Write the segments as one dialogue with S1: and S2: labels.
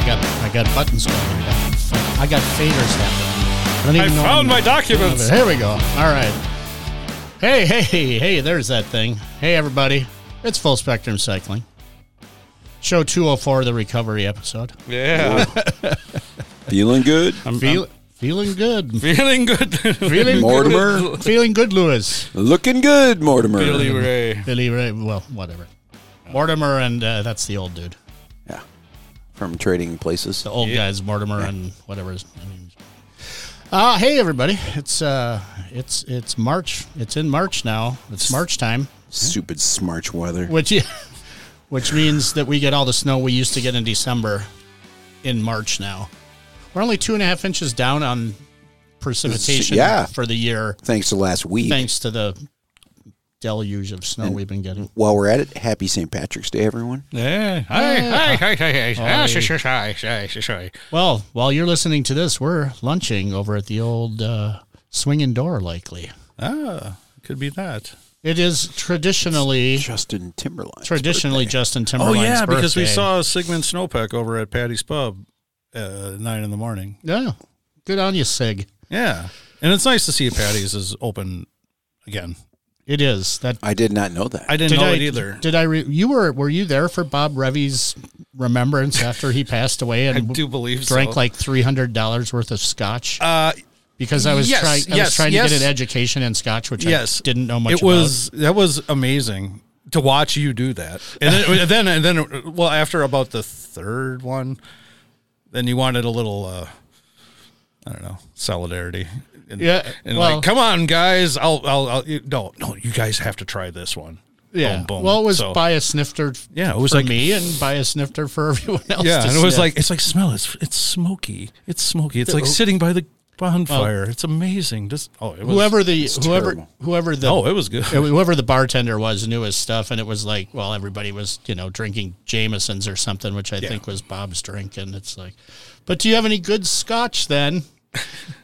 S1: got buttons going. I got faders happening. I, don't even
S2: I
S1: know
S2: found
S1: I'm-
S2: my documents.
S1: Here we go. All right. Hey, hey, hey, there's that thing. Hey, everybody. It's Full Spectrum Cycling. Show 204, the recovery episode.
S2: Yeah,
S3: Feeling good?
S1: I'm, Feel, feeling good.
S2: feeling good.
S1: Feeling
S3: Mortimer?
S1: Good. Feeling good, Lewis.
S3: Looking good, Mortimer.
S2: Billy Ray.
S1: Billy Ray. Well, whatever. Mortimer and uh, that's the old dude.
S3: Yeah. From Trading Places.
S1: The old guys, Mortimer and whatever his name is. Uh, hey, everybody. It's, uh, it's, it's March. It's in March now. It's March time.
S3: Stupid smarch weather.
S1: which which means that we get all the snow we used to get in December in March now. We're only two and a half inches down on precipitation
S3: Yeah.
S1: for the year,
S3: Thanks to last week.
S1: thanks to the deluge of snow we've been getting.
S3: While we're at it, happy St. Patrick's Day, everyone.
S2: Yeah. Hi, hi, hi, hi, Ah. hi. Ah, sh- sh- sh- hi, hi, sh- hi.
S1: Well, while you're listening to this, we're lunching over at the old uh, swinging door. Likely,
S2: Ah, could be that.
S1: it is traditionally
S3: Justin Timberline.
S1: traditionally Justin
S2: Oh
S1: Timberlake's
S2: yeah, because we
S1: birthday.
S2: saw Sigmund Snowpeck over at Patty's Pub uh, nine in the morning.
S1: yeah, good on you, Sig.
S2: Yeah, and it's nice to see Patty's is open again.
S1: It is that
S3: I did not know that.
S2: I didn't know it either.
S1: Did I? Re- you were? Were you there for Bob Revy's remembrance after he passed away and
S2: I do believe
S1: drank
S2: so.
S1: like three hundred dollars worth of scotch
S2: Uh,
S1: because I was
S2: yes,
S1: trying. I
S2: yes,
S1: was trying
S2: yes.
S1: to get an education in scotch, which I
S2: yes,
S1: didn't know much.
S2: It was that was amazing to watch you do that, and then and then, and then well after about the third one, then you wanted a little. uh I don't know solidarity. And,
S1: Yeah,
S2: and
S1: well-
S2: like, come on, guys! I'll, I'll, I'll, you- no, no, you guys have to try this one.
S1: about. yeah.
S2: Boom, boom.
S1: Well, it was
S2: So-
S1: buy a snifter.
S2: Yeah, it was
S1: for
S2: like-
S1: me and buy a snifter for everyone else.
S2: Yeah,
S1: to
S2: and it was
S1: sniff.
S2: like it's like smell. It's it's smoky. It's smoky. It's like sitting by the bonfire. it's amazing. Just oh, it was,
S1: Oh. whoever the whoever
S3: terrible.
S1: whoever the
S2: Oh, it was good.
S1: Yeah, whoever the bartender was knew his stuff, and it was like, well, everybody was you know drinking Jamesons or something, which I think was Bob's drink, and it's like, but do you have any good Scotch then?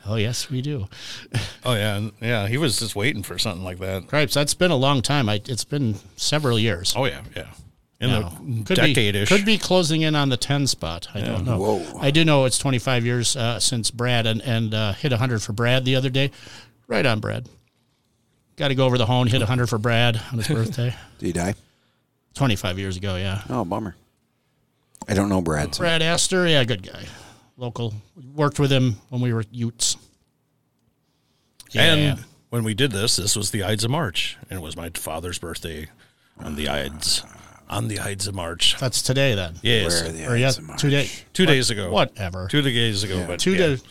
S1: oh yes, we do.
S2: oh yeah, and- yeah. He was just waiting for something like that.
S1: Cripes, that's been a long time. I, it's been several years.
S2: Oh yeah, yeah. In
S1: now.
S2: the decade
S1: be
S2: ish.
S1: could be closing in on the ten spot. I don't know.
S3: Whoa.
S1: I do know it's twenty five years uh, since Brad and and uh, hit hundred for Brad the other day. Right on, Brad. Got to go over the hone. Hit hundred for Brad on his birthday.
S3: Did he die?
S1: twenty five years ago. Yeah.
S3: Oh, bummer. I don't know Brad. so-
S1: Brad Astor, yeah, good guy. Local. Worked with him when we were Utes.
S2: And when we did this, this was the Ides of March, and it was my father's birthday on the Ides. On the Ides of March.
S1: that's today then.
S2: Yes.
S3: Where are the
S1: Or yeah,
S3: eyes of March?
S1: two days.
S2: Two days ago.
S1: Whatever.
S2: Two days ago. But
S1: Two
S2: yeah.
S1: days.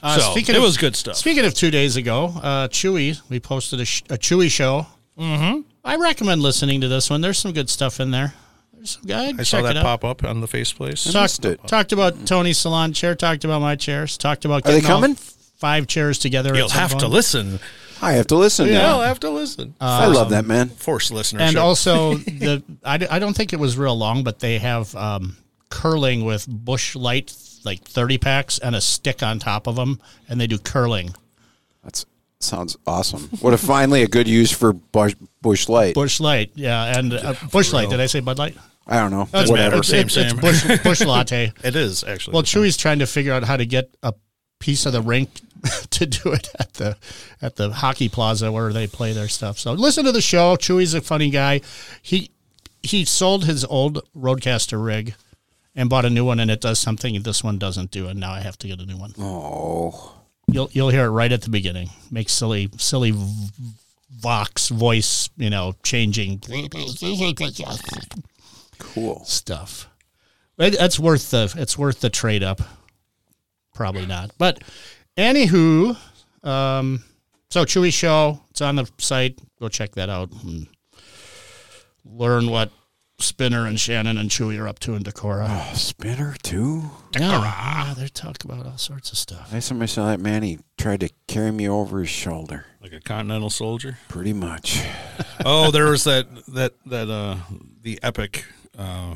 S1: Uh,
S2: So, it was good stuff.
S1: Speaking of two days ago, uh, Chewy, we posted a, sh- a Chewy show. Mm-hmm. I recommend listening to this one. There's some good stuff in there. There's some good.
S2: I saw
S1: check
S2: that
S1: it out.
S2: pop up on the face place.
S1: Talked,
S3: it.
S1: talked about Tony's salon chair. Talked about my chairs. Talked about
S3: Are they
S1: getting all
S3: coming?
S1: Five chairs together. at
S2: You'll
S1: some
S2: have to
S1: point.
S2: listen.
S3: I have to listen
S2: You'll
S3: now.
S2: have to listen.
S3: I love that man.
S2: Force listenership.
S1: Uh, and also the I, d- I don't think it was real long but they have um, curling with bush light like 30 packs and a stick on top of them and they do curling
S3: That sounds awesome. What a finally a good use for Bush, bush Light.
S1: bush light yeah and uh, bush light did i say bud light
S3: I don't know.
S1: That's
S3: Whatever.
S1: it's, it's, it's bush, bush latte
S2: it is actually.
S1: well chewy's trying to figure out how to get a piece of the rink to do it at the at the hockey plaza where they play their stuff so listen to the show chewy's a funny guy he he sold his old roadcaster rig and bought a new one and it does something this one doesn't do and now i have to get a new one
S3: Oh,
S1: you'll you'll hear it right at the beginning make silly silly v- vox voice you know changing
S3: cool.
S1: stuff It- that's worth the it's worth the trade up probably not but anywho um so chewy show it's on the site go check that out and learn what spinner and shannon and chewy are up to in decorah
S3: A spinner too.
S1: Yeah, they're talking about all sorts of stuff.
S3: Last time I saw that man, he tried to carry me over his shoulder.
S2: like a continental soldier.
S3: Pretty much.
S2: oh, there was that that that uh the epic uh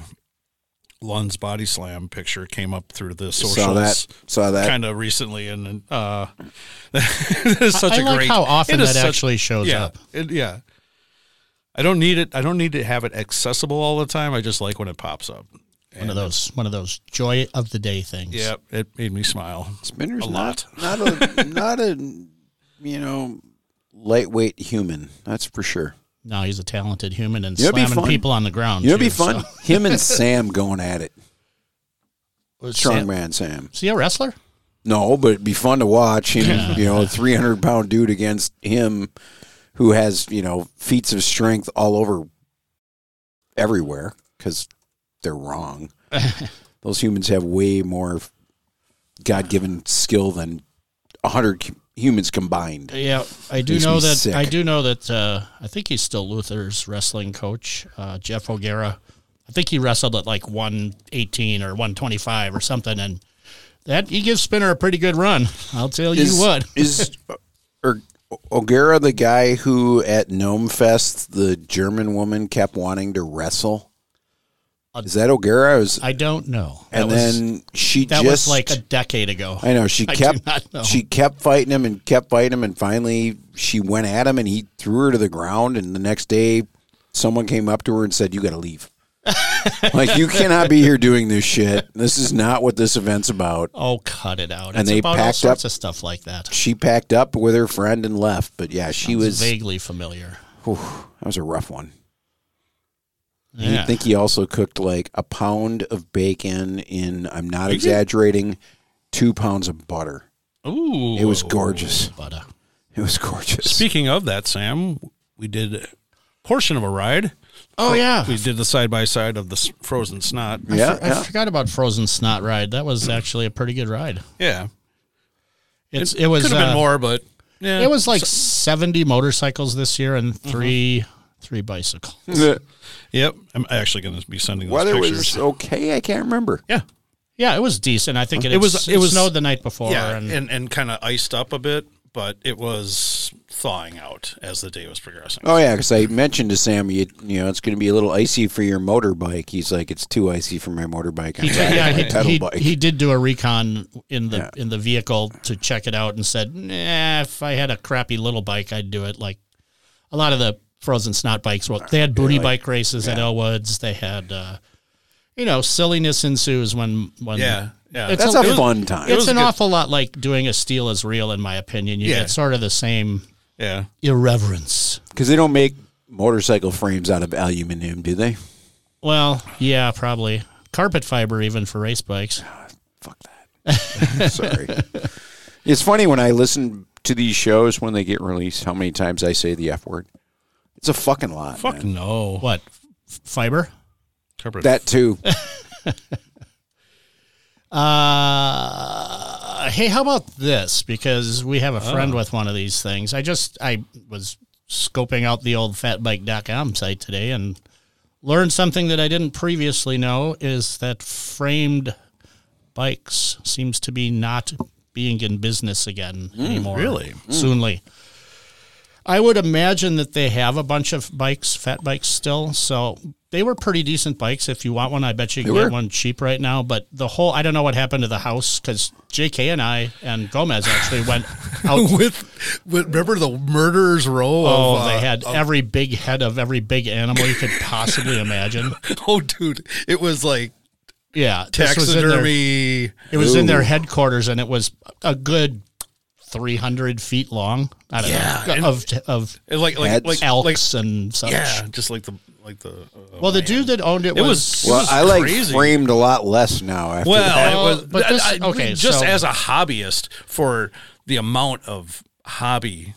S2: Lund's body slam picture came up through the socials
S3: Saw that. Saw that.
S2: kind of recently and uh it is such
S1: I
S2: a
S1: like
S2: great
S1: how often
S2: it is
S1: that actually shows
S2: yeah,
S1: up.
S2: it- yeah. I don't need it I don't need to have it accessible all the time. I just like when it pops up.
S1: One of those one of those joy of the day things.
S2: Yep, it made me smile.
S3: Spinner's
S2: A
S3: not not a not a you know lightweight human. That's for sure.
S1: No, he's a talented human and
S3: You know what'd be
S1: slamming
S3: fun?
S1: people on the ground.
S3: You know, it'd be
S1: too,
S3: fun.
S1: so-
S3: Him and Sam going at it.
S1: Was Sam-
S3: Strongman Sam.
S1: Is he a wrestler?
S3: No, but it'd be fun to watch him.
S1: Yeah.
S3: You know, three hundred pound dude against him, who has you know feats of strength all over everywhere because they're wrong. Those humans have way more God given skill than hundred humans combined.
S1: Yeah, I do
S3: Makes
S1: know
S3: me
S1: that.
S3: sick.
S1: I do know that. Uh, I think he's still Luther's wrestling coach, uh, Jeff O'Gara. I think he wrestled at like one eighteen or one twenty five or something, and that he gives Spinner a pretty good run. I'll tell
S3: Is
S1: you what.
S3: is or O'Gara the guy who at Gnome Fest the German woman kept wanting to wrestle? Is that O'Gara? Is,
S1: I don't know.
S3: and
S1: that was,
S3: then she
S1: that
S3: just
S1: was like a decade ago.
S3: I know she
S1: I do
S3: kept
S1: not know.
S3: she kept fighting him and kept fighting him and finally she went at him and he threw her to the ground and the next day someone came up to her and said you got to leave. like you cannot be here doing this shit. This is not what this event's about.
S1: oh, cut it out!
S3: And
S1: it's
S3: they
S1: about all
S3: packed
S1: sorts
S3: up-
S1: of stuff like that.
S3: She packed up with her friend and left, but yeah, she was
S1: vaguely familiar.
S3: whew, that was a rough one.
S1: Yeah.
S3: I think he also cooked like a pound of bacon in I'm not exaggerating, 2 pounds of butter.
S1: Ooh,
S3: It was gorgeous.
S1: But, uh,
S3: It was gorgeous.
S2: Speaking of that, Sam, we did a portion of a ride.
S1: oh yeah,
S2: We did the side by side of the s- frozen snot.
S3: yeah,
S1: I
S3: yeah.
S1: forgot about Frozen Snot Ride. That was actually a pretty good ride.
S2: Yeah,
S1: It's it was
S2: could have been
S1: uh,
S2: more, but yeah,
S1: It was like seventy motorcycles this year and
S2: Mm-hmm.
S1: 3 three bicycles.
S3: The
S2: Yep, I'm actually going to be sending those
S3: weather
S2: pictures.
S3: was okay. I can't remember.
S2: yeah,
S1: Yeah, it was decent. I think it,
S2: It was-
S1: it,
S2: it was-
S1: snowed the night before.
S2: yeah,
S1: and,
S2: and and, kind of iced up a bit, but it was thawing out as the day was progressing.
S3: Oh yeah, because I mentioned to Sam, you, you know, it's going to be a little icy for your motorbike. He's like, it's too icy for my motorbike. I'm
S1: he did,
S3: riding
S1: yeah,
S3: my pedal
S1: he,
S3: bike.
S1: he, he did do a recon in the in the vehicle to check it out and said, "Nah, if I had a crappy little bike, I'd do it." Like a lot of the Frozen Snot bikes. Well, they had booty bike races at Elwoods. They had, uh, you know, silliness ensues when when
S2: Yeah, yeah.
S1: It's
S3: That's
S1: a-
S3: a
S1: it was-
S3: fun time.
S2: it
S1: it's
S2: was
S1: an
S2: good.
S1: awful lot like doing a steal is real, in my opinion. You
S2: Yeah.
S1: get sort of the same
S2: yeah,
S1: irreverence.
S3: Because they don't make motorcycle frames out of aluminum, do they?
S1: Well, yeah, probably carpet fiber even for race bikes.
S3: Fuck that. Sorry. It's funny when I listen to these shows when they get released, how many times I say the f word. It's a fucking lot.
S2: fuck
S3: man.
S2: no,
S1: What f- fiber?
S2: Corporate-
S3: that too.
S1: Uh, hey, how about this? Because we
S3: Oh.
S1: have a friend with one of these things. I just I was scoping out the old fatbike.com site today and learned something that I didn't previously know is that framed bikes seems to be not being in business again
S3: Hmm,
S1: anymore.
S2: really?
S1: Soonly. I would imagine that they have a bunch of bikes, fat bikes still. So they were pretty decent bikes. If you want one, I bet you can
S3: They
S1: get
S3: were.
S1: one cheap right now. But the whole, I don't know what happened to the house because JK and I and Gomez actually went out.
S2: with, with remember the murderers row.
S1: Oh,
S2: of, uh,
S1: they had every big head of every big animal you could possibly imagine.
S2: oh, dude, it was like
S1: Yeah. this was in their-
S2: taxidermy.
S1: It was in their
S3: Ooh.
S1: headquarters, and it was a good three hundred feet long. I don't
S2: Yeah, and-
S1: know of of
S2: It like like
S3: That's-
S2: like, like
S1: elks and such.
S2: yeah, just like the like the. Uh,
S1: Well, the dude that owned it,
S2: It
S1: was,
S2: was-
S3: well,
S2: was
S3: I like
S2: crazy.
S3: framed a lot less now. After that.
S2: Well,
S1: Well,
S2: it was,
S1: but this-
S2: I- I-
S1: okay,
S2: just
S1: so-
S2: as a hobbyist for the amount of hobby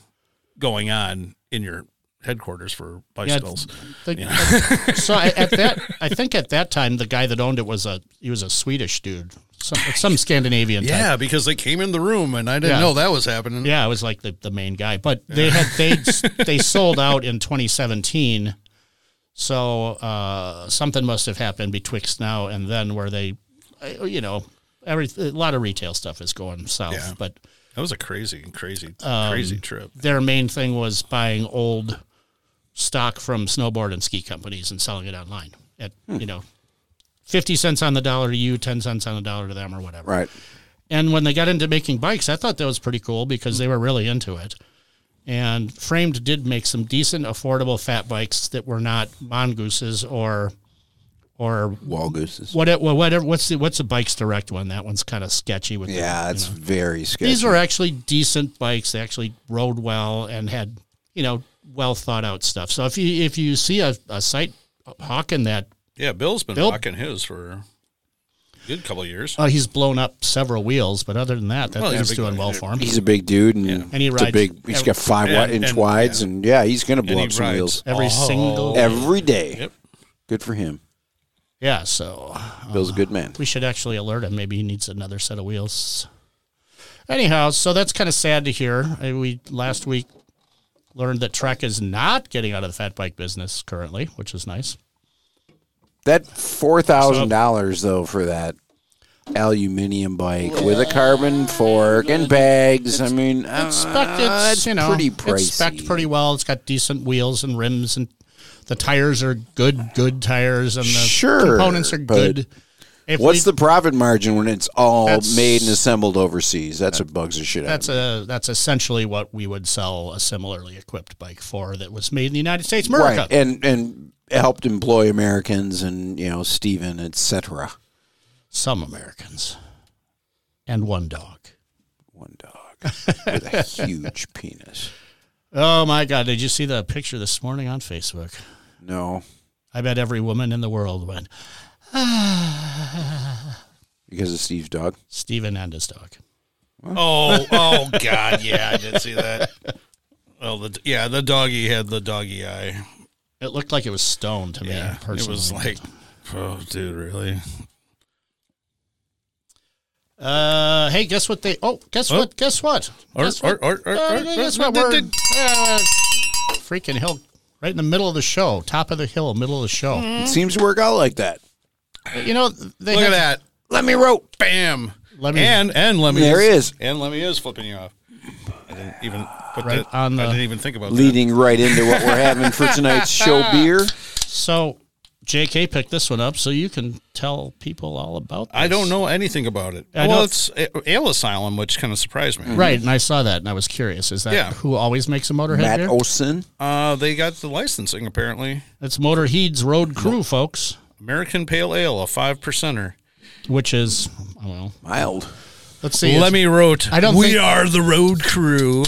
S2: going on in your headquarters for bicycles.
S1: the- so I, at that, I think at that time, the guy that owned it was a he was a Swedish dude, some, some Scandinavian
S2: Yeah,
S1: type.
S2: because they came in the room and I didn't
S1: Yeah.
S2: know that was happening.
S1: Yeah, I was like the, the main guy, but they had they they sold out in 2017. So uh, something must have happened betwixt now and then, where they, uh, you know, every a lot of retail stuff is going south.
S2: Yeah.
S1: But
S2: That was a crazy, crazy,
S1: Um,
S2: crazy trip.
S1: their main thing was buying old stock from snowboard and ski companies and selling it online at you know, fifty cents on the dollar to you, ten cents on the dollar to them, or whatever.
S3: right.
S1: And when they got into making bikes, I thought that was pretty cool because they were really into it. And Framed did make some decent, affordable fat bikes that were not mongooses or or
S3: Wall gooses.
S1: what? It, well, whatever. What's the what's the bikes direct one? That one's kind of sketchy. With the-
S3: Yeah,
S1: you
S3: it's
S1: know.
S3: very sketchy.
S1: these were actually decent bikes. They actually rode well and had you know well thought out stuff. So if you if you see a, a site hawking that,
S2: Yeah, Bill's been
S1: Bill-
S2: rocking his for a good couple of years.
S1: oh, he's blown up several wheels, but other than that, that
S2: Well, he's a
S1: thing's
S2: big
S1: doing
S2: guy.
S1: well for him.
S3: He's a big dude, and,
S1: And he
S3: it's
S1: rides
S3: a big. He's
S1: every-
S3: got five
S2: and-
S3: inch
S2: and-
S3: wides, and yeah, he's going to blow
S2: he
S3: up some
S2: rides
S3: wheels
S1: Every
S2: all
S1: single-
S3: every day.
S2: Yep.
S3: Good for him.
S1: Yeah, so
S3: Bill's a good man.
S1: we should actually alert him. Maybe he needs another set of wheels. Anyhow, so that's kind of sad to hear. Uh, We last week learned that Trek is not getting out of the fat bike business currently, which is nice.
S3: That four thousand dollars though for that aluminium bike with a carbon fork and bags. I mean, uh,
S1: It's spec, it's,
S3: it's
S1: you know,
S3: pretty
S1: It's spec
S3: pricey.
S1: pretty well. It's got decent wheels and rims, and the tires are good, good tires, and the
S3: Sure,
S1: components are
S3: but
S1: good. If
S3: What's
S1: we-
S3: the profit margin when it's all
S1: That's-
S3: made and assembled overseas? That's what bugs the shit out.
S1: That's
S3: of me.
S1: a that's essentially what we would sell a similarly equipped bike for that was made in the United States, America.
S3: right, and and helped employ Americans and you know Stephen, etc.
S1: some Americans, and one dog.
S3: One dog with a huge penis.
S1: Oh my God! Did you see the picture this morning on Facebook?
S3: No,
S1: I bet every woman in the world went.
S3: because of Steve's dog.
S1: Steven and his dog.
S2: Oh, oh God, yeah, I did see that. Well, the yeah, the doggy had the doggy eye.
S1: It looked like it was stoned to
S2: Yeah,
S1: me. Personally,
S2: it was like, oh, dude, really?
S1: Uh, hey, guess what they? Oh, guess
S2: Oh.
S1: what? Guess what?
S2: Or,
S1: guess
S2: or,
S1: what?
S2: or, or,
S1: Uh,
S2: or-
S1: guess what? We're uh, freaking hill, right in the middle of the show, top of the hill, middle of the show.
S3: It seems to work out like that.
S1: You know, they
S2: Mm. Look at
S1: have-
S2: that!
S3: Let me rope.
S2: Bam!
S1: Lemmy-
S2: and and Lemmy
S3: There he is.
S2: and Lemmy is flipping you off. I didn't even put
S1: Right
S2: that
S1: on the-
S2: I didn't even think about that.
S3: Leading right into what we're having for tonight's show beer.
S1: So, J.K. picked this one up, so you can tell people all about. This.
S2: I don't know anything about it.
S1: I
S2: well,
S1: know-
S2: it's A- Ale Asylum, which kind of surprised me.
S1: Right, and I saw that, and I was curious. Is that
S2: Yeah.
S1: who always makes a Motorhead
S3: Matt
S1: beer?
S3: Olson.
S2: Uh, they got the licensing apparently.
S1: It's Motorhead's Road Crew, folks,
S2: American Pale Ale, a five percenter.
S1: which is well.
S3: Mild.
S1: Let's see.
S2: Lemmy wrote,
S1: I don't
S2: We
S1: think-
S2: are the road crew.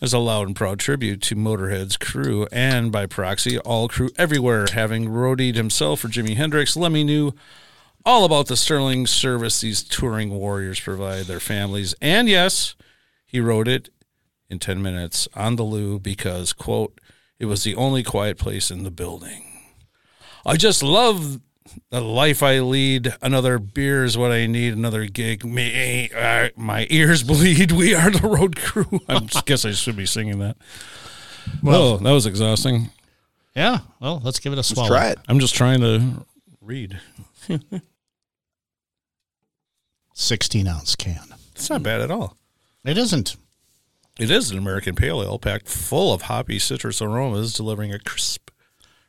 S2: As a loud and proud tribute to Motorhead's crew and by proxy, all crew everywhere. Having roadied himself for Jimi Hendrix, Lemmy knew all about the sterling service these touring warriors provide their families. And yes, he wrote it in 10 minutes on the loo because, quote, it was the only quiet place in the building. I just love the life I lead. Another beer is what I need. Another gig. Me, uh, my ears bleed. We are the road crew. I guess I should be singing that. Well, that was exhausting.
S1: yeah. Well, let's give it a swallow.
S3: Try it.
S2: I'm just trying to read.
S1: Sixteen ounce can.
S2: It's not bad at all.
S1: It isn't.
S2: It is an American pale ale packed full of hoppy citrus aromas, delivering a crisp,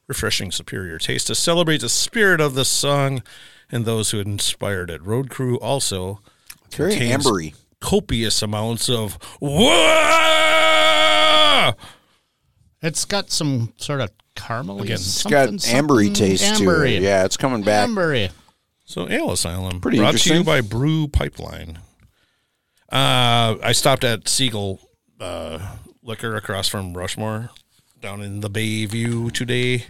S2: refreshing, superior taste to celebrate the spirit of the song and those who inspired it. Road Crew also
S3: It's very
S2: Contains-
S3: ambery.
S2: copious amounts of whoa.
S1: It's got some sort of caramel.
S2: Again,
S3: It's got ambery taste to it. Yeah, it's coming back.
S1: Ambery.
S2: So Ale Asylum,
S3: Pretty
S2: brought to you
S3: interesting.
S2: by Brew Pipeline. Uh, I stopped at Siegel uh, Liquor across from Rushmore, down in the Bayview today.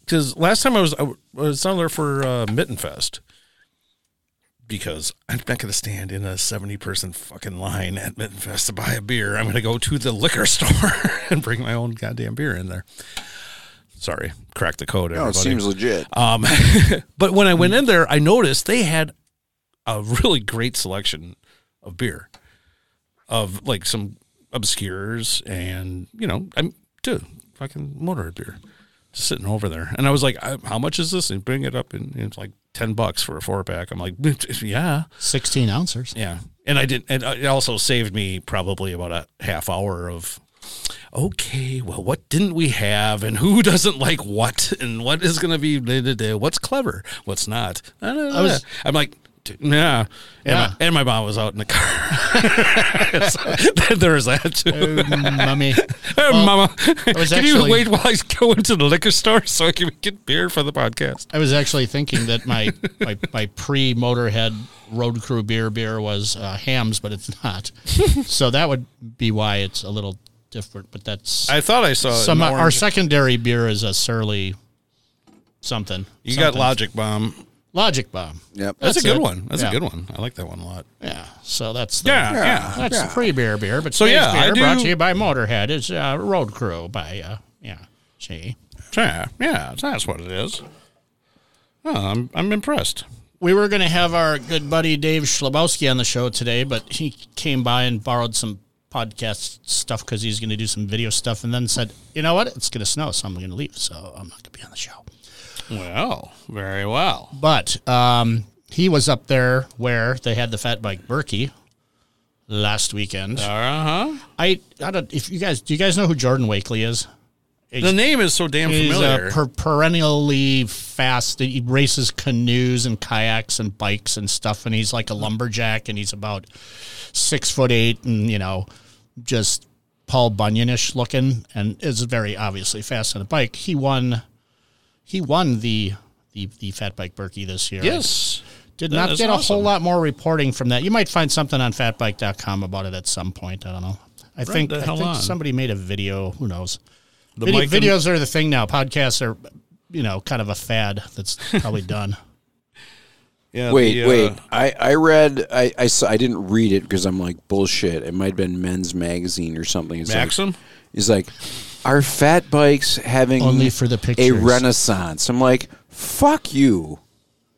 S2: Because last time I was I was down there for uh, Mittenfest. Because I'm not going to stand in a 70 person fucking line at Mittenfest to buy a beer. I'm going to go to the liquor store and bring my own goddamn beer in there. Sorry, crack the code.
S3: No,
S2: Everybody.
S3: Oh, it seems legit.
S2: Um, but when I went in there, I noticed they had a really great selection of beer, of like some obscures and you know, I'm dude, fucking motorhead beer, just sitting over there. And I was like, I, how much is this? And bring it up, and it's like ten bucks for a four pack. I'm like, yeah,
S1: Sixteen ounces.
S2: yeah. And I didn't, and it also saved me probably about a half hour of, okay, well, what didn't we have? And who doesn't like what? And what is going to be, da, da, da, what's clever? What's not? I don't know.
S1: I was-
S2: I'm like, t- yeah. And,
S1: Yeah.
S2: My, and my mom was out in the car. So, there was that too.
S1: Oh, mummy.
S2: Hey, Mama,
S1: was
S2: can
S1: actually-
S2: you wait while I go into the liquor store so I can get beer for the podcast?
S1: I was actually thinking that my my, my pre Motorhead road crew beer beer was uh, hams, but it's not. so that would be why it's a little different. But that's
S2: I thought I saw
S1: some
S2: an
S1: our
S2: orange.
S1: secondary beer is a surly something.
S2: You
S1: something.
S2: got Logic Bomb.
S1: Logic Bomb.
S3: Yep.
S2: That's,
S1: That's
S2: a good
S1: it.
S2: one. That's
S1: Yeah.
S2: a good one. I like that one a lot.
S1: Yeah. So that's the,
S2: Yeah, yeah.
S1: That's
S3: Yeah.
S1: pre beer beer, but
S2: So,
S1: stage
S2: yeah, I
S1: beer brought
S2: do-
S1: to you by Motorhead is uh, Road Crew by uh, yeah. See,
S2: Yeah, yeah, that's what it is. Oh, I'm I'm impressed.
S1: we were going to have our good buddy Dave Schlabowski on the show today, but he came by and borrowed some podcast stuff because he's going to do some video stuff, and then said, "You know what? It's going to snow, so I'm going to leave, so I'm not going to be on the show."
S2: Well, very well.
S1: But um, he was up there where they had the Fat Bike Berkey last weekend.
S2: Uh huh.
S1: I I don't if you guys do you guys know who Jordan Wakely is?
S2: The name is so damn
S1: He's
S2: familiar.
S1: a per- perennially fast. He races canoes and kayaks and bikes and stuff, and he's like a lumberjack, and he's about six foot eight, and you know, just Paul Bunyanish looking, and is very obviously fast on a bike. He won, he won the the, the Fat Bike Berkey this year.
S2: yes.
S1: Did
S2: That
S1: not
S2: is
S1: get a
S2: awesome.
S1: whole lot more reporting from that. You might find something on fatbike.com about it at some point. I don't know. I think,
S2: the
S1: I
S2: hell
S1: think
S2: on.
S1: somebody made a video. Who knows?
S2: The
S1: Video-
S2: Mike and-
S1: videos are the thing now. Podcasts are, you know, kind of a fad that's probably done.
S2: yeah,
S3: Wait,
S2: the, uh,
S3: wait. I, I read, I, I, saw, I didn't read it because I'm like, bullshit. It might have been Men's Magazine or something. It's
S2: Maxim.
S3: Like, it's like, are fat bikes having
S1: Only for the
S3: a
S1: pictures.
S3: renaissance? I'm like, fuck you.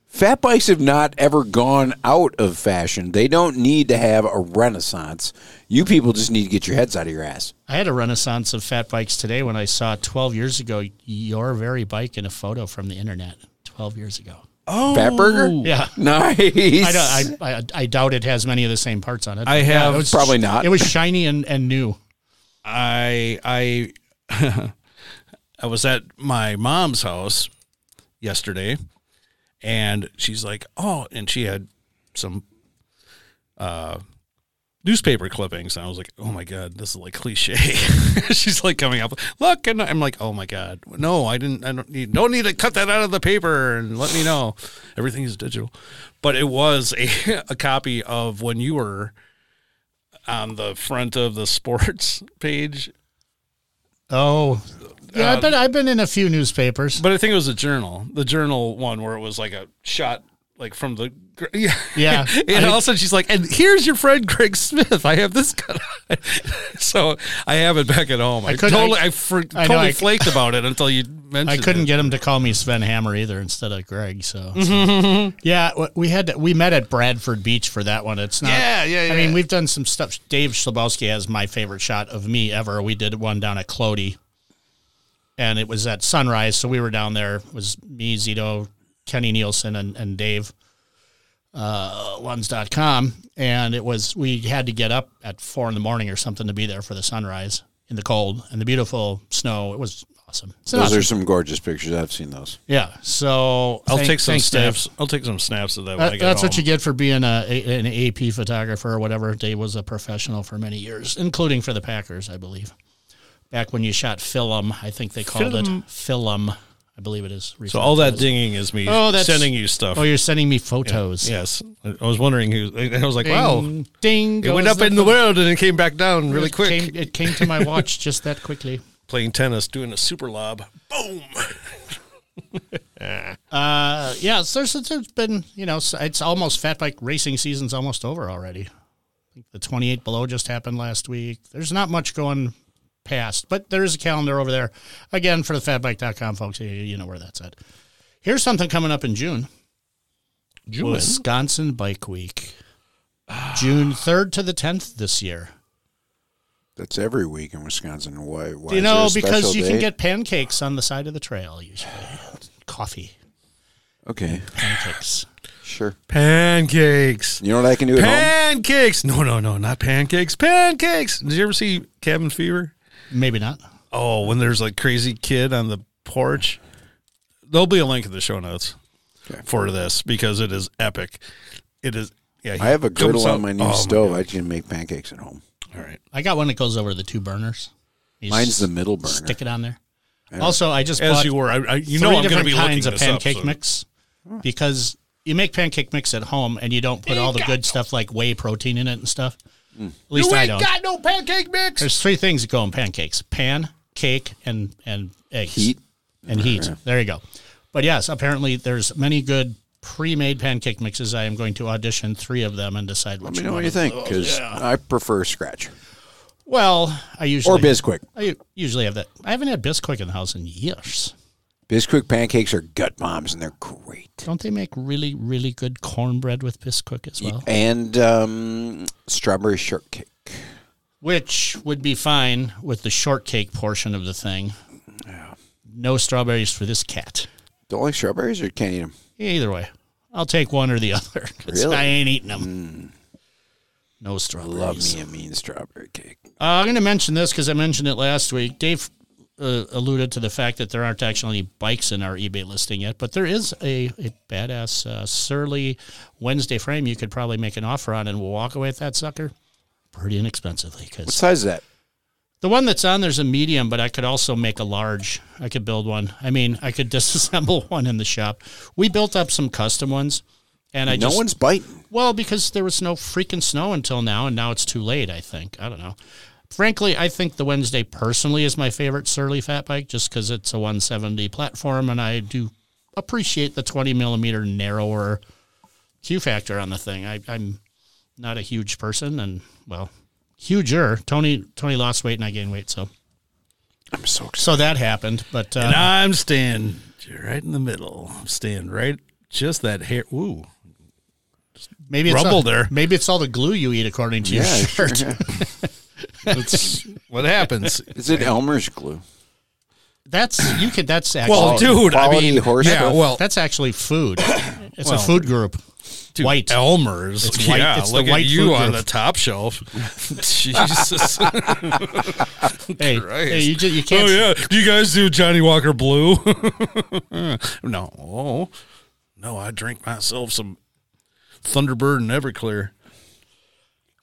S3: Fat bikes have not ever gone out of fashion. They don't need to have a renaissance. You people just need to get your heads out of your ass.
S1: I had a renaissance of fat bikes today when I saw 12 years ago your very bike in a photo from the internet. 12 years ago.
S3: Fat burger?
S1: Oh. Yeah.
S3: Nice.
S1: I, don't, I, I, I doubt it has many of the same parts on it.
S2: I
S1: Yeah,
S2: have-
S1: it was-
S3: Probably not.
S1: It was shiny and, and new.
S2: I I I was at my mom's house yesterday, and she's like, "Oh," and she had some uh, newspaper clippings, and I was like, "Oh my god, this is like cliche." she's like coming up, look, and I'm like, "Oh my god, no, I didn't. I don't need. Don't need to cut that out of the paper and let me know. Everything is digital." But it was a a copy of when you were on the front of the sports page
S1: Oh, yeah. I've
S2: uh,
S1: been I've been in a few newspapers.
S2: But I think it was a journal, the journal one where it was like a shot, like from the gr- yeah.
S1: Yeah.
S2: and all of a sudden she's like, "And here's your friend Greg Smith. I have this cut." out." so I have it back at home. I,
S1: couldn't-
S2: totally,
S1: I-
S2: I, fr-
S1: I know,
S2: totally
S1: I-
S2: flaked about it until you mentioned.
S1: I couldn't
S2: it.
S1: get him to call me Sven Hammer either instead of Greg. So, yeah, w- we had to, we met at Bradford Beach for that one. It's not.
S2: Yeah, yeah, yeah.
S1: I mean, we've done some stuff. Dave Schlabowski has my favorite shot of me ever. We did one down at Clody, and it was at sunrise. So we were down there. It was me, Zito, Kenny Nielsen, and, and Dave uh, ones.com. And it was, we had to get up at four in the morning or something to be there for the sunrise in the cold and the beautiful snow. It was awesome. It's an
S3: Those
S1: awesome
S3: are some gorgeous pictures. I've seen those.
S1: yeah. So
S2: I'll
S1: thank-
S2: take some
S1: thanks, Dave.
S2: snaps. I'll take some snaps of that. when I
S1: That,
S2: get
S1: that's what you
S2: home.
S1: get for being a, a- an AP photographer or whatever. Dave was a professional for many years, including for the Packers, I believe. Back when you shot film, I think they called it film. I believe it is.
S2: So all that dinging is me
S1: Oh, that's-
S2: sending you stuff.
S1: Oh, you're sending me photos.
S2: Yes, I I was wondering who. I was like, wow,
S1: Ding, ding.
S2: it went up in the world and it came back down really quick.
S1: Came, it came to my watch just that quickly.
S2: Playing tennis, doing a super lob, boom.
S1: Uh, yeah, so there's, there's been, you know, s- it's almost fat bike racing season's almost over already. I think the 28 below just happened last week. There's not much going past, but there is a calendar over there. Again, for the fatbike.com folks, you, you know where that's at. Here's something coming up in June.
S2: June.
S1: Wisconsin Bike Week. June 3rd to the 10th this year.
S3: That's every week in Wisconsin. Why? why
S1: you
S3: is there a
S1: know, because
S3: special
S1: you can
S3: date?
S1: get pancakes on the side of the trail usually. Coffee,
S3: okay,
S1: pancakes.
S3: sure.
S2: Pancakes.
S3: You know what I can do at home?
S2: Pancakes. No, no, no, not pancakes. Pancakes. Did you ever see Cabin Fever?
S1: Maybe not.
S2: Oh, when there's like crazy kid on the porch. There'll be a link in the show notes for this because it is epic. It is. Yeah, he
S3: I have a griddle
S2: comes out-
S3: on my new
S2: oh
S3: stove.
S2: God.
S3: I can make pancakes at home.
S2: All right.
S1: I got one that goes over the two burners. You
S3: Mine's
S1: s-
S3: the middle burner.
S1: stick it on there.
S3: Yeah.
S1: Also, I just
S2: As
S1: bought
S2: you were, I, I, you
S1: three
S2: know I'm going to
S1: different
S2: be
S1: kinds
S2: looking
S1: of
S2: this up,
S1: pancake
S2: so-
S1: mix because you make pancake mix at home and you don't put all the good stuff like whey protein in it and stuff.
S3: Mm.
S1: At least I don't.
S2: no pancake mix.
S1: There's three things that go in pancakes: pan, cake, and and eggs.
S3: Heat.
S1: and heat. There you go. But yes, apparently there's many good pre-made pancake mixes. I am going to audition three of them and decide
S3: Let
S1: which
S3: me know
S1: one.
S3: what you think because I prefer scratch
S1: Well, I
S3: or
S1: usually
S3: Bisquick.
S1: I usually have that. I haven't had Bisquick in the house in years.
S3: Bisquick pancakes are gut bombs and they're great.
S1: Don't they make really really good cornbread with Bisquick as well?
S3: And um, strawberry shortcake.
S1: which would be fine with the shortcake portion of the thing. No strawberries for this cat.
S3: Don't like strawberries or can't eat them.
S1: Either way, I'll take one or the other. 'cause
S3: Really? Mm.
S1: I ain't eating them. No strawberries.
S3: Love me a mean strawberry cake.
S1: Uh, I'm going to mention this because I mentioned it last week. Dave uh, alluded to the fact that there aren't actually any bikes in our eBay listing yet, but there is a, a badass uh, Surly Wednesday frame you could probably make an offer on and we'll walk away with that sucker pretty inexpensively
S3: What
S1: because
S3: size is that?
S1: the one that's on there's a medium, but I could also make a large. I could build one. I mean, I could disassemble one in the shop. We built up some custom ones, and I
S3: no
S1: just
S3: one's biting.
S1: well, because there was no freaking snow until now, and now it's too late, I think. I don't know. Frankly, I think the Wednesday personally is my favorite Surly fat bike just because it's a 170 platform, and I do appreciate the 20 millimeter narrower Q factor on the thing. I, I'm not a huge person, and well, huger. Tony Tony lost weight and I gained weight, so
S3: I'm so excited.
S1: so that happened. But
S2: And
S1: uh,
S2: I'm staying right in the middle. I'm staying right just that hair. Ooh,
S1: maybe it's
S2: rumble
S1: all,
S2: there.
S1: Maybe it's all the glue you eat, according to
S3: Yeah,
S1: your shirt.
S2: that's what happens.
S3: Is it Elmer's glue?
S1: That's you could. That's actually
S2: Well, dude, I
S3: quality
S2: mean,
S3: horse
S2: yeah,
S3: stuff.
S2: well,
S1: That's actually food. It's
S2: Well,
S1: a food group.
S2: dude,
S1: white.
S2: Elmer's.
S1: It's white.
S2: Yeah,
S1: It's the
S2: look
S1: white
S2: at you
S1: food
S2: on
S1: group.
S2: the top shelf. Jesus.
S1: hey,
S2: Christ.
S1: hey, you just you can't.
S2: oh yeah. Do you guys do Johnny Walker Blue? no. Oh, no. I drink myself some Thunderbird and Everclear.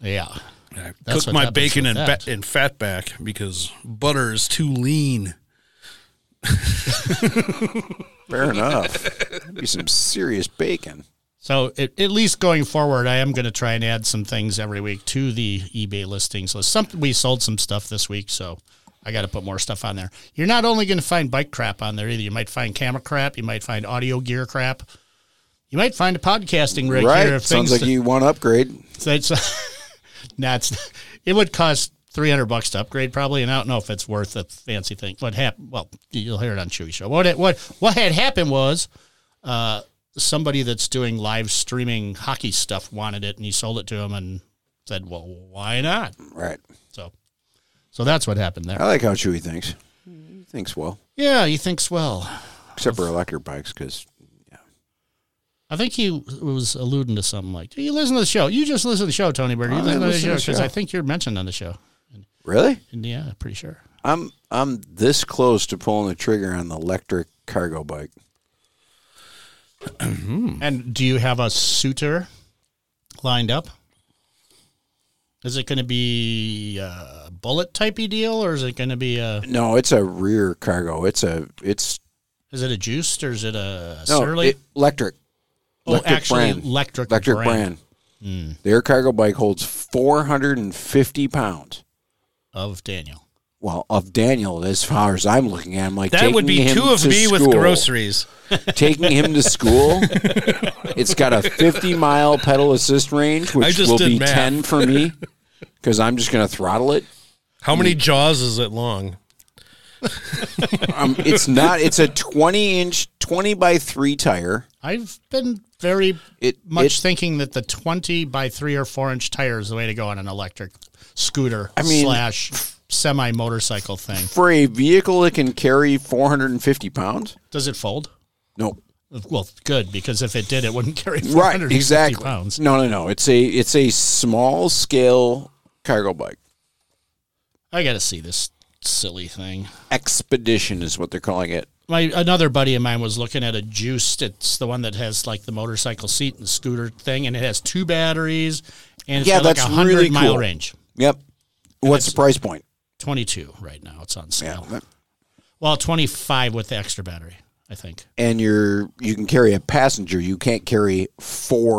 S1: yeah.
S2: I
S1: That's
S2: cook
S1: what
S2: my
S1: happens
S2: bacon
S1: with
S2: and
S1: that.
S2: fat and fat back because butter is too lean.
S3: Fair enough. That'd be some serious bacon.
S1: So at, at least going forward, I am going to try and add some things every week to the eBay listings list. Some we sold some stuff this week, so I got to put more stuff on there. You're not only going to find bike crap on there either. You might find camera crap. You might find audio gear crap. You might find a podcasting rig
S3: right?
S1: here. If
S3: Sounds
S1: things
S3: like
S1: that-
S3: you want to upgrade.
S1: So it's nah, it's it would cost three hundred bucks to upgrade probably, and I don't know if it's worth a fancy thing. What happened? Well, you'll hear it on Chewy Show. What it, what what had happened was, uh, somebody that's doing live streaming hockey stuff wanted it, and he sold it to him and said, "Well, why not?"
S3: Right.
S1: So, so that's what happened there.
S3: I like how Chewy thinks. He thinks well,
S1: Yeah, he thinks well.
S3: except for electric bikes, because
S1: I think he was alluding to something like, "Do you listen to the show? You just listen to the show, Tony Bird. You
S3: I
S1: listen to the
S3: listen
S1: show because I think you're mentioned on the show."
S3: really,
S1: And yeah, pretty sure.
S3: I'm I'm this close to pulling the trigger on the electric cargo bike.
S1: And do you have a suitor lined up? Is it going to be a bullet typey deal, or is it going to be a?
S3: No, it's a rear cargo. It's a it's
S1: Is it a juiced, or is it a
S3: no
S1: surly?
S3: it- electric.
S1: oh,
S3: electric
S1: actually,
S3: brand.
S1: electric
S3: electric
S1: brand.
S3: brand. Their cargo bike holds 450 pounds.
S1: of Daniel.
S3: Well, of Daniel, as far as I'm looking at, him, like
S2: That
S3: taking
S2: would be
S3: him
S2: two of
S3: to
S2: me with
S3: school-
S2: groceries.
S3: Taking him to school, it's got a 50 mile pedal assist range,
S2: I
S3: which
S2: just
S3: will
S2: did
S3: be
S2: math.
S3: 10 for me because I'm just going to throttle it.
S2: How many jaws is it long?
S3: Um, it's not. It's a 20 inch, 20 by three tire.
S1: I've been very
S3: It
S1: much
S3: it-
S1: thinking that the twenty by three or four inch tire is the way to go on an electric scooter
S3: I mean-
S1: slash semi motorcycle thing.
S3: for a vehicle that can carry 450 pounds.
S1: Does it fold?
S3: No,
S1: Well, good because if it did, it wouldn't carry
S3: right
S1: 450
S3: exactly
S1: pounds.
S3: no no no it's a it's a small scale cargo bike
S1: I got to see this silly thing.
S3: expedition is what they're calling it
S1: my another buddy of mine was looking at a juice. It's the one that has like the motorcycle seat and scooter thing, and it has two batteries, and it's
S3: Yeah,
S1: got like a
S3: that's
S1: hundred
S3: really
S1: mile
S3: cool.
S1: range.
S3: Yep. What's the price point?
S1: Twenty two right now. It's on
S3: Yeah.
S1: sale. Well, twenty five with the extra battery, I think.
S3: And you're you can carry a passenger. You can't carry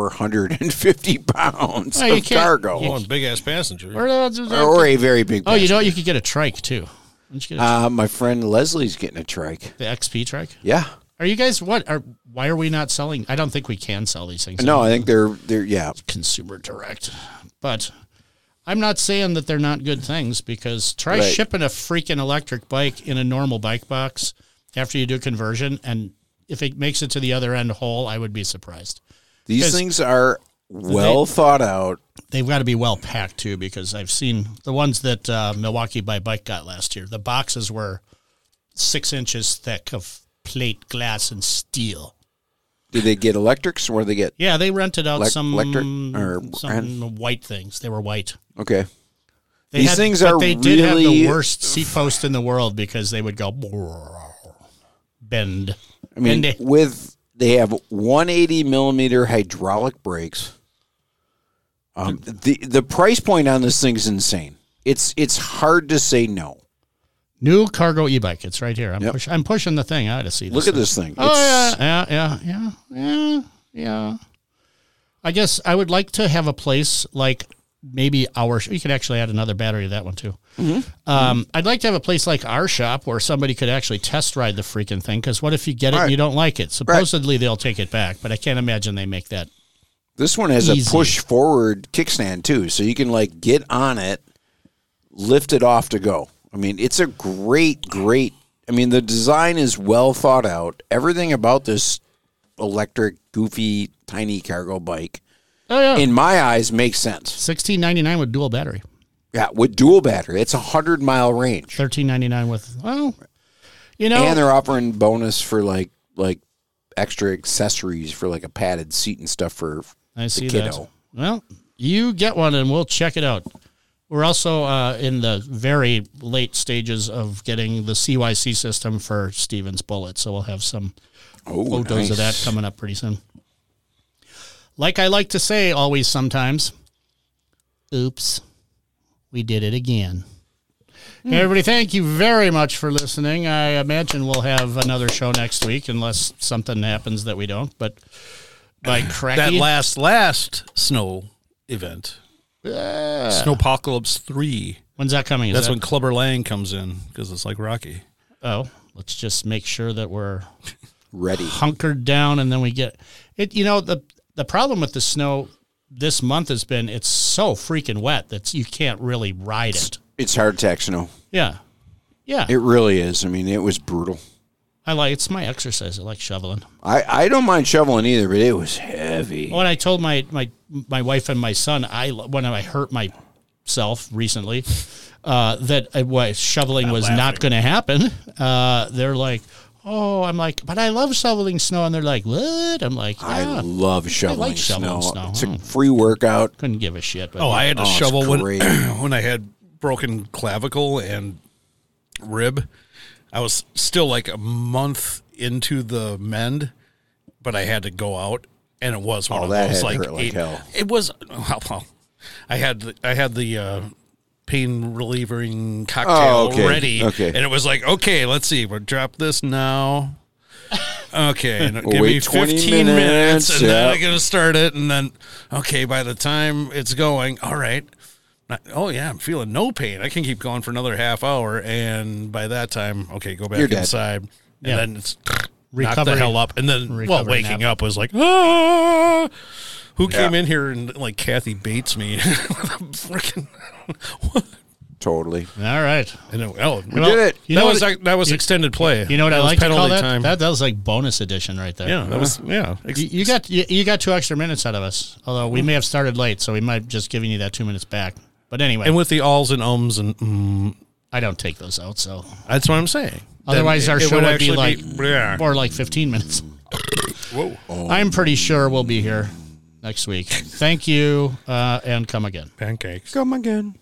S3: 450 pounds
S1: Well, you
S3: of
S1: can't-
S3: cargo
S1: you-
S2: One big ass passenger.
S1: Where the-
S3: or, or a very big.
S1: oh, you
S3: passenger.
S1: know what? You could get a trike too. Don't you get a,
S3: Uh, my friend Leslie's getting a trike.
S1: the XP trike?
S3: Yeah.
S1: Are you guys what? Are why are we not selling? I don't think we can sell these things.
S3: No, I think they're they're yeah.
S1: consumer direct. But I'm not saying that they're not good things because try
S3: Right.
S1: shipping a freaking electric bike in a normal bike box after you do conversion and if it makes it to the other end whole, I would be surprised.
S3: These
S1: 'Cause
S3: things are well thought out.
S1: They've got to be well packed too, because I've seen the ones that uh, Milwaukee by Bike got last year. The boxes were six inches thick of plate glass and steel.
S3: Did they get electrics? Where do they get?
S1: Yeah, they rented out
S3: Elec-
S1: some
S3: electric or-
S1: some white things. They were white.
S3: Okay.
S1: They
S3: These things
S1: but
S3: are
S1: they did have the
S3: really-
S1: worst seat post in the world because they would go bend.
S3: I mean,
S1: Bend it.
S3: with they have 180 millimeter hydraulic brakes. Um,
S1: Hmm.
S3: the the price point on this thing's insane. It's it's hard to say no.
S1: New cargo e-bike. It's right here. I'm,
S3: Yep.
S1: push, I'm pushing the thing. I ought to see this.
S3: Look at this thing.
S1: Oh
S3: It's,
S1: yeah, yeah, yeah, yeah, yeah, yeah. I guess I would like to have a place like maybe our. sh- You could actually add another battery to that one too.
S3: Mm-hmm.
S1: Um, I'd like to have a place like our shop where somebody could actually test ride the freaking thing. Because what if you get it and you don't like it? Supposedly they'll take it back, but I can't imagine they make that.
S3: this one has
S1: Easy.
S3: a push forward kickstand too, so you can like get on it, lift it off to go. I mean, it's a great, great. I mean, the design is well thought out. Everything about this electric, goofy, tiny cargo bike,
S1: Oh yeah,
S3: in my eyes, makes sense.
S1: Sixteen ninety nine with dual battery.
S3: Yeah, with dual battery, it's a hundred mile range,
S1: Thirteen ninety nine with well, you know,
S3: and they're offering bonus for like like extra accessories for like a padded seat and stuff for
S1: I see
S3: the
S1: that.
S3: kiddo.
S1: Well, you get one and we'll check it out. We're also uh, in the very late stages of getting the CYC system for Stevens Bullet, so we'll have some
S3: oh,
S1: photos of that
S3: nice.
S1: coming up pretty soon. Like I like to say always sometimes, oops, we did it again.
S2: Hmm.
S1: Hey, everybody, thank you very much for listening. I imagine we'll have another show next week unless something happens that we don't, but by
S2: That
S1: cracky,
S2: last last snow event. Snowpocalypse three.
S1: when's that coming? Is
S2: That's
S1: that-
S2: when Clubber Lang comes in because it's like Rocky.
S1: Oh, let's just make sure that we're
S3: ready.
S1: hunkered down and then we get it. You know, the, the problem with the snow this month has been it's so freaking wet that you can't really ride it.
S3: It's hardtack snow.
S1: Yeah. Yeah.
S3: It really is. I mean, it was brutal.
S1: I like it's my exercise. I like shoveling.
S3: I I don't mind shoveling either, but it was heavy.
S1: When I told my my my wife and my son, I when I hurt myself recently, uh, that I was shoveling was not going to happen. Uh, they're like, "Oh," I'm like, "But I love shoveling snow," and they're like, "What?" I'm like, "Ah,
S3: I
S1: "Yeah."
S3: love shoveling,
S1: shoveling
S3: snow.
S1: snow.
S3: It's
S1: Mm.
S3: a free workout.
S1: couldn't give a shit. But
S2: Oh, I had to
S3: Oh, it's
S2: shovel when
S3: great.
S2: when I had broken clavicle and rib. I was still like a month into the mend, but I had to go out, and it was one
S3: Oh,
S2: of
S3: that
S2: those
S3: had
S2: like,
S3: hurt like
S2: eight-
S3: hell.
S2: It was well, well, I had the, I had the uh, pain relieving cocktail
S3: Oh, okay.
S2: ready,
S3: Okay.
S2: and it was like okay, let's see, we'll drop this now. Okay, and give me
S3: wait 20
S2: fifteen minutes,
S3: minutes,
S2: and then I
S3: yeah.
S2: gonna start it and then okay by the time it's going all right Not- oh yeah i'm feeling no pain i can keep going for another half hour and by that time okay go back
S3: You're dead.
S2: inside and
S1: Yeah.
S2: then it's knock the
S1: Recovery-
S2: hell up and then well
S1: recovery
S2: waking
S1: nap.
S2: up was like ah! who came in here and like kathy bates me with a freaking
S3: Totally.
S1: all right.
S2: and it, oh
S3: We did it.
S1: You
S2: that
S1: know
S2: was
S1: what-
S2: like, that was extended play
S1: You know what
S2: that
S1: I
S2: was
S1: like to call
S2: penalty
S1: that?
S2: time
S1: that? That was like bonus edition right there.
S2: yeah that was yeah
S1: You, you got you, you got two extra minutes out of us. Although we may have started late, so we might have just giving you that two minutes back. But anyway,
S2: and with the alls and ums and mm,
S1: I don't take those out, so
S2: that's what i'm saying Then
S1: Otherwise, our
S2: it
S1: show would be
S2: actually
S1: like
S2: yeah.
S1: or like fifteen minutes.
S2: Mm.
S1: Whoa! I'm pretty sure we'll be here next week. Thank you, uh, and come again.
S2: pancakes.
S3: Come again.